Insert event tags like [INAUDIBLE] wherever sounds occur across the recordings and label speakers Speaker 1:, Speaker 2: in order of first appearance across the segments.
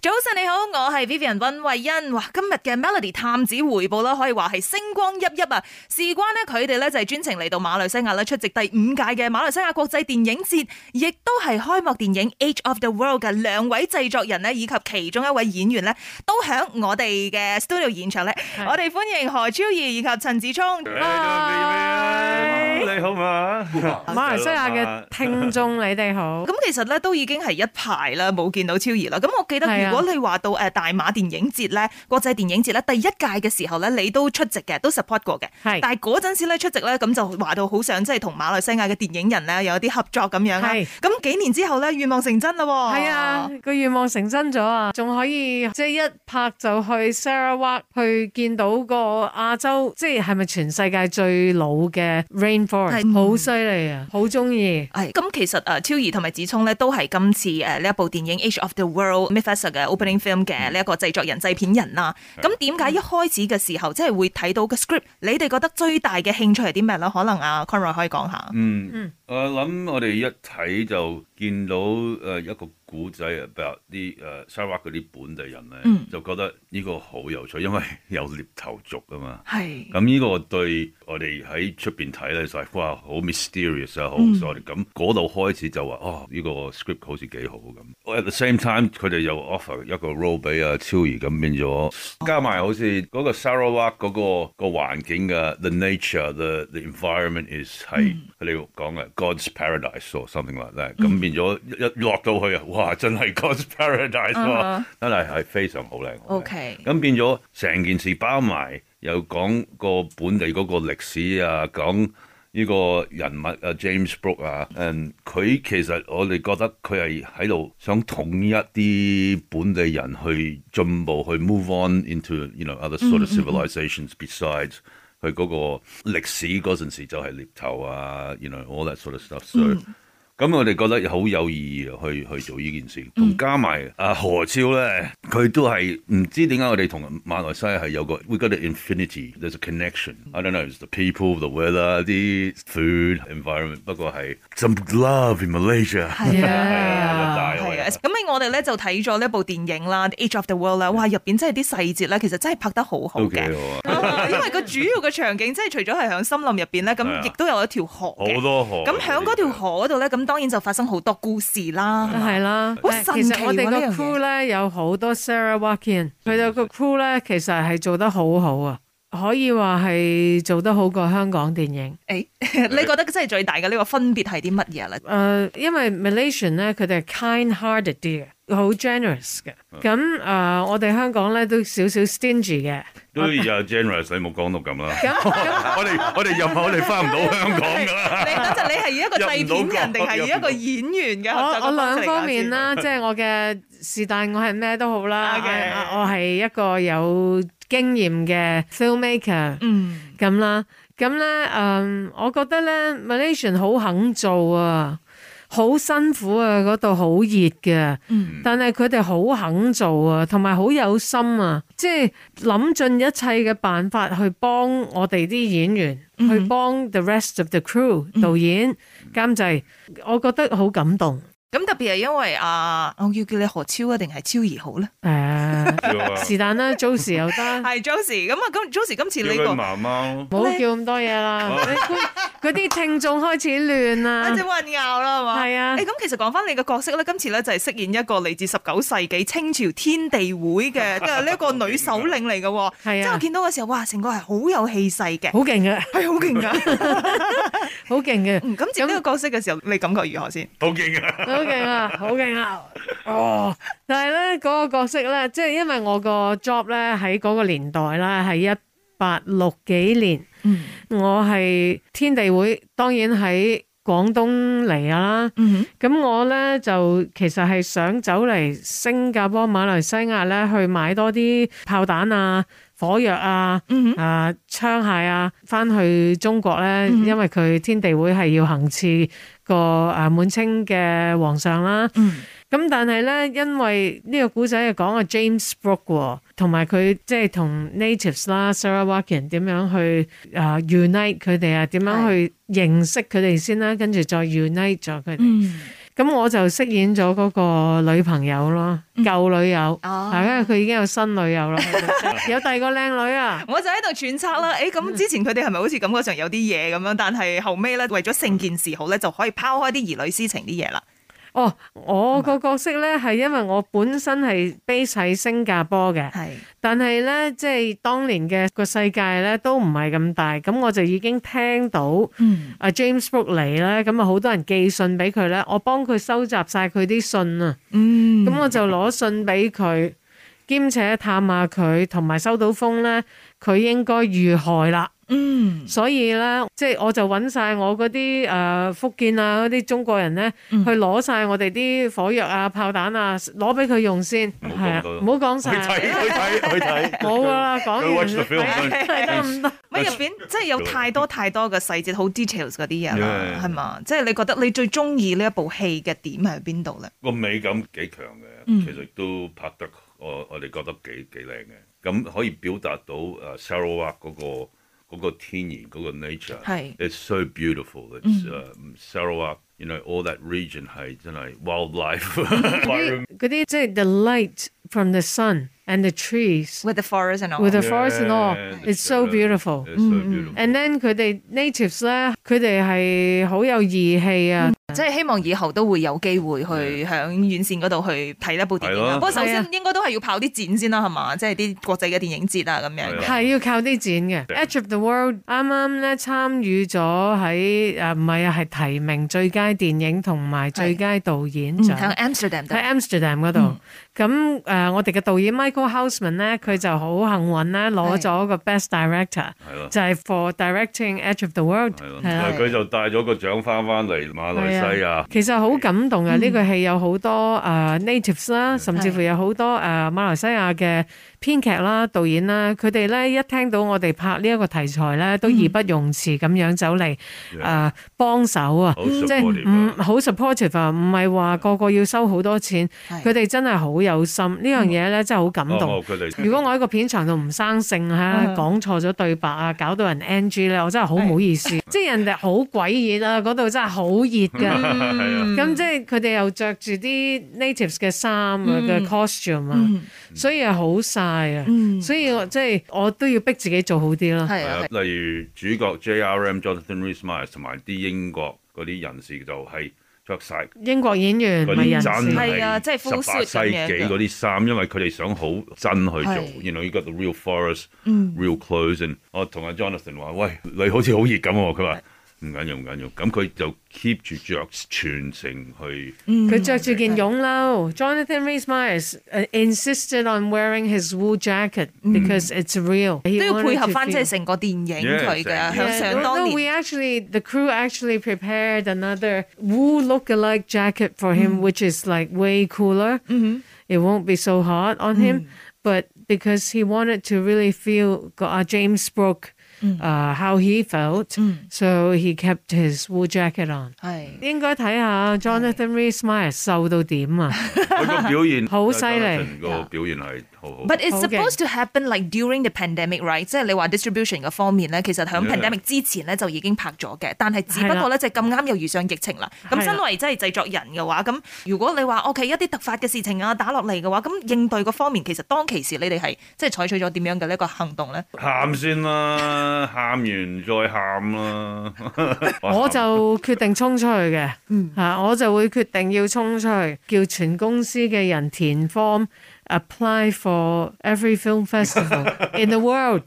Speaker 1: 早晨你好，我係 Vivian 温慧欣。哇，今日嘅 Melody 探子回報啦，可以話係星光熠熠啊！事關呢，佢哋呢就係專程嚟到馬來西亞啦，出席第五屆嘅馬來西亞國際電影節，亦都係開幕電影《Age of the World》嘅兩位製作人呢，以及其中一位演員呢，都響我哋嘅 studio 現場呢。我哋歡迎何超儀以及陳子聰。
Speaker 2: 你好嘛？
Speaker 3: [LAUGHS] 馬來西亞嘅聽眾，你哋
Speaker 1: [LAUGHS]
Speaker 3: 好。
Speaker 1: 咁其實咧都已經係一排啦，冇見到超儀啦。咁我記得
Speaker 3: 係啊
Speaker 1: 如果你話到誒大馬電影節咧，國際電影節咧，第一屆嘅時候咧，你都出席嘅，都 support 過嘅。
Speaker 3: 係
Speaker 1: 但係嗰陣時咧出席咧，咁就話到好想即係同馬來西亞嘅電影人咧有啲合作咁樣啦。
Speaker 3: 係
Speaker 1: 咁幾年之後咧，願望成真啦喎。
Speaker 3: 係啊，個願望成真咗啊，仲可以即係一拍就去 Sarawak 去見到個亞洲，即係係咪全世界最老嘅
Speaker 1: 係
Speaker 3: rainforest？好犀利啊，好中意。
Speaker 1: 係咁，其實誒超兒同埋子聰咧都係今次誒呢一部電影《Age of the World》m i f a s a 嘅 opening film 嘅呢一個製作人、製片人啦。咁點解一開始嘅時候即係會睇到個 script？你哋覺得最大嘅興趣係啲咩咧？可能阿 Conroy 可以講下。
Speaker 2: 嗯，我諗我哋一睇就見到誒一個古仔 about 啲誒沙灣嗰啲本地人咧，
Speaker 1: 嗯
Speaker 2: 就覺得呢個好有趣，因為有獵頭族啊嘛。
Speaker 1: 係
Speaker 2: 咁呢個對我哋喺出邊睇咧就係哇好 mysterious 啊，好
Speaker 1: 嗯
Speaker 2: s o r 咁嗰度開始就話哦呢、個 script 好似幾好咁。At the same time 佢哋又 offer 一個 role 俾阿超兒咁變咗，加埋好似嗰個 Sarawak 嗰、個、個環境嘅 the nature the the environment is 係
Speaker 1: 嗯
Speaker 2: 佢哋講嘅 God's paradise or something like that 咁變咗一一落到去啊，哇真係 God's paradise
Speaker 1: 啊
Speaker 2: 喎，真係係非常好靚。好靚
Speaker 1: OK
Speaker 2: 咁變咗成件事包埋，又講個本地嗰個歷史啊，講呢個人物啊 James Brook 啊，嗯，佢其實我哋覺得佢係喺度想統一啲本地人去進步，去 move on into you know other sort of civilizations besides。佢嗰個歷史嗰陣時就係獵頭啊，you know all that sort of stuff。所以咁我哋覺得好有意義啊，去去做呢件事。同加埋阿何超咧，佢都係唔知點解我哋同馬來西亞係有個 we got an infinity，there's a connection。I don't know，it's the people，the weather，啲 food，environment。不過係 some love in Malaysia。 [LAUGHS]
Speaker 1: 係
Speaker 2: 啊
Speaker 1: 啊，係啊，咁喺我哋咧就睇咗呢部電影啦，《The Age of the World》啦，哇，入邊真係啲細節咧，其實真係拍得好好
Speaker 2: 都幾
Speaker 1: 嘅。
Speaker 2: 好啊，
Speaker 1: 啊因為個主要嘅場景即係除咗係喺森林入邊咧，
Speaker 2: 係啊
Speaker 1: 咁亦都有一條河嘅
Speaker 2: 好多
Speaker 3: 哦
Speaker 2: 河。
Speaker 1: 咁喺嗰條河嗰度咧，咁當然就發生好多故事啦。係嘛
Speaker 3: 係啦，
Speaker 1: 嗯好
Speaker 3: 誒
Speaker 1: 神
Speaker 3: 其實我
Speaker 1: 奇
Speaker 3: 哋
Speaker 1: 喎
Speaker 3: 個
Speaker 1: 呢樣嘢
Speaker 3: crew 咧有好多 Sarawakian，佢哋個 crew 咧其實係做得好好啊，可以話係做得好過香港電影。
Speaker 1: 誒， [LAUGHS] 你覺得真係最大嘅呢個分別係啲乜嘢咧？啊
Speaker 3: [LAUGHS] 誒、呃因為 Malaysian 咧，佢哋係 kind-hearted 啲嘅，好 generous 嘅。
Speaker 1: 嗯
Speaker 3: 咁誒、呃我哋香港咧都少少 stingy 嘅。
Speaker 2: 都有 generous，你冇講到咁啦。
Speaker 3: 咁咁
Speaker 2: [LAUGHS] 我哋我哋任我哋翻唔到香港㗎啦。，
Speaker 1: 你等陣，你係以一個製片人定係以一個演員嘅
Speaker 3: 我
Speaker 1: 合作
Speaker 3: 我
Speaker 1: 嘅方
Speaker 3: 兩
Speaker 1: 式嚟
Speaker 3: 方面
Speaker 1: 講
Speaker 3: 啦，即係我嘅是但，我係咩都好啦。
Speaker 1: Okay
Speaker 3: 啊我係一個有經驗嘅 filmmaker
Speaker 1: 先？嗯，
Speaker 3: 咁啦。咁咧誒，我覺得咧 Malaysian 好肯做啊，好辛苦啊，嗰度好熱嘅。
Speaker 1: 嗯
Speaker 3: 但係佢哋好肯做啊，同埋好有心啊，即係諗盡一切嘅辦法去幫我哋啲演員，
Speaker 1: 嗯哼
Speaker 3: 去幫 the rest of the crew
Speaker 1: 嗯
Speaker 3: 導演、監製，我覺得好感動。
Speaker 1: 咁特別係因為啊，我要叫你何超啊，定係超兒好咧？
Speaker 3: 誒
Speaker 1: [LAUGHS]
Speaker 2: 叫
Speaker 3: 是但啦，Josie 又得，
Speaker 1: 係 Josie，咁啊，咁 Josie 今次呢
Speaker 2: 佢
Speaker 1: 個
Speaker 2: 媽媽咯。
Speaker 3: 唔好叫咁多嘢啦。你嗰啲聽眾開始亂啦
Speaker 1: 一，隻混淆啦，啊係嘛？
Speaker 3: 係啊
Speaker 1: 誒，咁其實講翻你嘅角色咧，今次咧就係飾演一個嚟自十九世紀清朝天地會嘅嘅呢一個女首領嚟嘅喎。即
Speaker 3: [LAUGHS] 係
Speaker 1: 係我
Speaker 3: 啊，
Speaker 1: 見到嘅時候，哇，成個係好有氣勢嘅，
Speaker 3: 好勁嘅，
Speaker 1: 係好勁 [LAUGHS] 㗎。
Speaker 3: 好勁嘅，
Speaker 1: 嗯，咁接呢個角色嘅時候，你感覺如何先？
Speaker 2: 好勁啊！
Speaker 3: 好勁啊，好勁啊！哦，但係咧嗰個角色咧，即係因為我個 job 咧喺嗰個年代啦，係一八六幾年，
Speaker 1: 嗯
Speaker 3: 我係天地會，當然喺廣東嚟啦。
Speaker 1: 嗯
Speaker 3: 咁我咧就其實係想走嚟新加坡、馬來西亞咧去買多啲炮彈啊、火藥啊、
Speaker 1: 嗯
Speaker 3: 啊槍械啊，翻去中國咧，
Speaker 1: 嗯
Speaker 3: 因為佢天地會係要行刺個啊滿清嘅皇上啦。
Speaker 1: 嗯
Speaker 3: 咁但係咧，因為呢個古仔係講阿 James Brook 喎，同埋佢即係同 natives 啦、Sarawakian 點樣去啊 unite 佢哋啊，點樣去認識佢哋先啦，跟住再 unite 咗佢哋。
Speaker 1: 嗯
Speaker 3: 咁我就飾演咗嗰個女朋友咯，舊女友，
Speaker 1: 哦
Speaker 3: 係因為佢已經有新女友啦，有第二個靚女啊。
Speaker 1: 我就喺度揣測啦，誒咁之前佢哋係咪好似感覺上有啲嘢咁樣，但係後尾咧為咗成件事好咧，就可以拋開啲兒女私情啲嘢啦。
Speaker 3: 哦，我個角色咧係因為我本身係 base 喺新加坡嘅，
Speaker 1: 係
Speaker 3: 但係咧即係當年嘅個世界咧都唔係咁大，咁我就已經聽到。
Speaker 1: 嗯，
Speaker 3: 阿 James Brook 嚟咧，咁啊好多人寄信俾佢咧，我幫佢收集晒佢啲信啊，
Speaker 1: 嗯，
Speaker 3: 咁、我就攞信俾佢，兼且探下佢，同埋收到風咧，佢應該遇害啦，
Speaker 1: 嗯，
Speaker 3: 所以咧，即係我就揾晒我嗰啲誒福建啊嗰啲中國人咧，
Speaker 1: 嗯
Speaker 3: 去攞晒我哋啲火藥啊、炮彈啊，攞俾佢用先，
Speaker 2: 唔好講
Speaker 3: 係啊，
Speaker 2: 佢
Speaker 3: 唔好講
Speaker 2: 去
Speaker 3: 晒，
Speaker 2: 睇去睇去睇，
Speaker 3: 冇噶
Speaker 2: [LAUGHS]
Speaker 3: 啦，講完
Speaker 2: 佢 watch the film
Speaker 3: 係 [LAUGHS] 啊係得唔得？
Speaker 1: 乜入邊真係有太多太多嘅細節，好 details 嗰啲嘢啦，
Speaker 2: Yeah
Speaker 1: 係嘛？即係你覺得你最中意呢一部戲嘅點係邊度咧？
Speaker 2: 個美感幾強
Speaker 1: 嗯
Speaker 2: 嘅，其實都拍得我我哋覺得幾幾靚嘅，咁可以表達到誒 Sarawak 嗰個嗰個天然嗰個 nature。
Speaker 1: 係
Speaker 2: It's so beautiful. It's、Sarawak,
Speaker 3: Mm
Speaker 2: uh, you know, all that region 係真係
Speaker 3: [LAUGHS]
Speaker 2: wildlife
Speaker 3: 嗰啲嗰啲即係 the light from the sun and the trees
Speaker 1: With the forest and all。
Speaker 3: with the forest and all. It's so beautiful.
Speaker 2: It's so beautiful.
Speaker 3: And then 佢哋 natives 咧，佢哋係好有義氣啊！
Speaker 1: 即係希望以後都會有機會去響院線嗰度去睇呢部電影啦。
Speaker 2: 係咯
Speaker 1: 不過首
Speaker 3: 係
Speaker 1: 先
Speaker 3: 啊
Speaker 1: 應該都係要跑啲展先啦，係嘛？即係啲國際嘅電影節啊咁樣
Speaker 2: 係
Speaker 1: 嘅。
Speaker 2: 啊
Speaker 3: 係要靠啲錢嘅。
Speaker 2: Yeah.
Speaker 3: Edge of the World 啱啱咧參與咗喺誒唔係啊，係提名最佳電影同埋最佳導演
Speaker 1: 嗯
Speaker 3: 獎。
Speaker 1: 響 Amsterdam 度
Speaker 3: 喺 Amsterdam 嗰度。咁誒、呃我哋嘅導演 Michael Houseman 咧，佢就好幸運咧，攞咗個 Best Director，
Speaker 2: 係咯
Speaker 3: 就係 for directing Edge of the World，
Speaker 2: 係咯，
Speaker 3: Mm 係啦。啊
Speaker 2: 佢就帶咗個獎翻翻嚟馬來西亞。
Speaker 3: 其實好感動
Speaker 1: 嗯
Speaker 3: 啊！呢個戲有好多誒 natives 啦，甚至乎有好多誒馬來西亞嘅編劇啦、導演啦，佢哋咧一聽到我哋拍呢一個題材咧，
Speaker 1: 嗯
Speaker 3: 都義不容辭咁樣走嚟誒幫手啊！
Speaker 2: 啊好
Speaker 3: 即係
Speaker 2: supportive
Speaker 3: 唔
Speaker 2: 啊
Speaker 3: 好 supportive 啊，唔係話個個要收好多錢，
Speaker 1: 係嗯
Speaker 3: 佢哋真係好有心，呢樣嘢咧真係好感
Speaker 2: 哦
Speaker 3: 動。
Speaker 2: 哦佢哋
Speaker 3: 如果我喺個片場度唔生性嚇，
Speaker 1: 嗯
Speaker 3: 講錯咗對白啊，搞到人 NG 咧，我真係好唔
Speaker 1: [LAUGHS]
Speaker 3: 好意思。即係人哋好鬼熱啊，嗰度真係好熱㗎。
Speaker 2: 啊
Speaker 1: 嗯
Speaker 3: 咁即係佢哋又着住啲 natives 嘅衫啊嘅 costume 啊，
Speaker 1: 嗯
Speaker 3: 所以係好曬啊，
Speaker 1: 嗯
Speaker 3: 所以我即係我都要逼自己做好啲啦。
Speaker 1: 係啊，係
Speaker 2: 係啊例如主角 J.R.M. Jonathan Rhys-Meyers 同埋啲英國嗰啲人士就係着晒
Speaker 3: 英國演員
Speaker 2: 嗰
Speaker 3: 唔係人
Speaker 2: 啲
Speaker 3: 士，
Speaker 2: 真
Speaker 1: 係啊即係
Speaker 2: 十
Speaker 1: 膚色
Speaker 2: 八世
Speaker 1: 咁樣㗎
Speaker 2: 紀嗰啲衫，因為佢哋想好真去
Speaker 1: 係
Speaker 2: 做，you know you got the real forest,
Speaker 1: 嗯
Speaker 2: real clothes and 我同阿 Jonathan 話：喂，你好似好熱咁喎。佢話唔緊要，唔緊要。咁佢就 keep 住着全程去。
Speaker 3: 佢着住件絨褸。Jonathan Rhys-Meyers uh, insisted on wearing his wool jacket
Speaker 1: 嗯
Speaker 3: because it's real。都
Speaker 1: 都要配合翻即係成個電影
Speaker 2: Yeah，
Speaker 1: 佢嘅
Speaker 2: 成
Speaker 1: 響想當
Speaker 3: No, we
Speaker 1: 年。
Speaker 3: actually, the crew actually prepared another wool look-alike jacket for him, which is like way cooler. It won't be so hot on him, but because he wanted to really feel uh, James Brooke, uh, how he felt, so he kept his wool jacket on.
Speaker 1: 係
Speaker 3: 應該睇下 Jonathan Rhys-Meyers 瘦到點啊！
Speaker 2: 佢個表
Speaker 3: [LAUGHS]
Speaker 2: 現
Speaker 3: 好犀利啊
Speaker 2: ，Jonathan 個表現係好好。
Speaker 1: But it's
Speaker 3: 好嘅
Speaker 1: supposed to happen like during the pandemic, right？即係你話 distribution 嘅方面咧，其實響
Speaker 2: Yeah.
Speaker 1: pandemic 之前咧就已經拍咗嘅，但係只
Speaker 3: 係
Speaker 1: 不
Speaker 3: 啦
Speaker 1: 過咧就咁啱又遇上疫情啦。咁
Speaker 3: 係啦
Speaker 1: 身為即係製作人嘅話，咁如果你話 OK 一啲突發嘅事情啊打落嚟嘅話，咁應對嗰方面其實當其時你哋係即係採取咗點樣嘅呢一個行動咧？
Speaker 2: 喊先啦，喊完再喊啦。
Speaker 3: [LAUGHS] 我就決定衝出去嘅，嚇、我就會決定要衝出去，叫全公司嘅人填 form apply for every film festival in the world，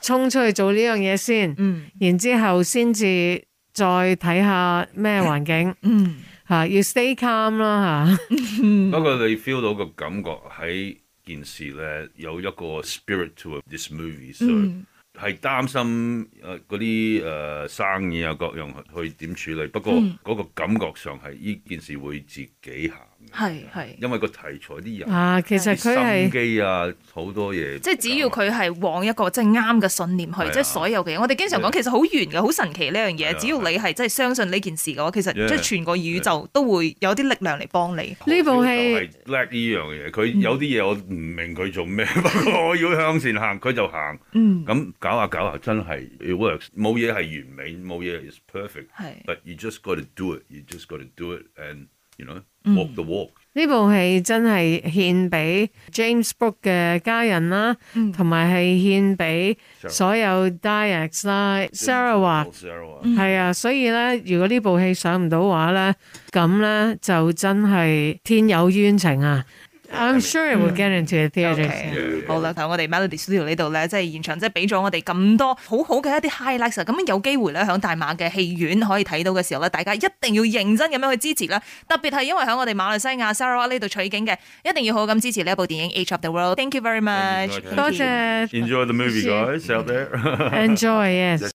Speaker 3: 衝出去做呢樣嘢先，然之後先至再睇下咩環境，
Speaker 1: 嗯
Speaker 3: 嚇、要 stay calm 啦啊嗯
Speaker 2: 不過你 feel 到個感覺喺件事咧，有一個 spirit to this movie，所以
Speaker 3: 嗯
Speaker 2: 係擔心誒嗰啲誒生意啊各樣去點處理。不過
Speaker 3: 嗯
Speaker 2: 嗰個感覺上係呢件事會自己行嘅，
Speaker 1: 係係。
Speaker 2: 因為個題材啲
Speaker 3: 嚇、
Speaker 2: 人、
Speaker 3: 啊，其實
Speaker 2: 啲
Speaker 3: 佢係
Speaker 2: 心。機啊好多嘢，
Speaker 1: 即係只要佢係往一個即係啱嘅信念去
Speaker 2: 係，啊
Speaker 1: 即係所有嘅嘢。我哋經常講其實好玄嘅，好神奇呢樣嘢。
Speaker 2: 係啊
Speaker 1: 只要你係真係相信呢件事嘅話，其實
Speaker 2: Yeah
Speaker 1: 即係全個宇宙都會有啲力量嚟幫你。
Speaker 2: 啊
Speaker 3: 呢部戲嗯
Speaker 2: 係叻呢樣嘢，佢有啲嘢我唔明佢做咩， [LAUGHS] 不過我要向前行，佢就行。
Speaker 1: 嗯，
Speaker 2: 咁搞下搞下，真係 it works，冇嘢係完美，冇嘢 is perfect。
Speaker 1: 係
Speaker 2: But you just got to do it. You just got to do it, and you know walk the walk。
Speaker 3: 呢部戲真係獻俾 James Brook 嘅家人啦，同埋係獻俾所有 Diax 啦、Sarawak 係啊，所以咧，如果呢部戲上唔到畫咧，咁咧就真係天有冤情啊！I'm sure it will get into the theatre。
Speaker 1: OK，好啦，睇我哋 Melody Studio 呢度咧，即係現場即係俾咗我哋咁多好好嘅一啲 highlights 啊咁有機會咧，響大馬嘅戲院可以睇到嘅時候咧，大家一定要認真咁樣去支持啦。特別係因為響我哋馬來西亞 Sarawak 呢度取景嘅，一定要好好咁支持呢一部電影《Age of the World》。Thank you very much，
Speaker 2: Thank
Speaker 3: [LAUGHS]
Speaker 2: you，
Speaker 3: 多謝
Speaker 2: Enjoy the movie, guys out there.
Speaker 3: ，enjoy yes。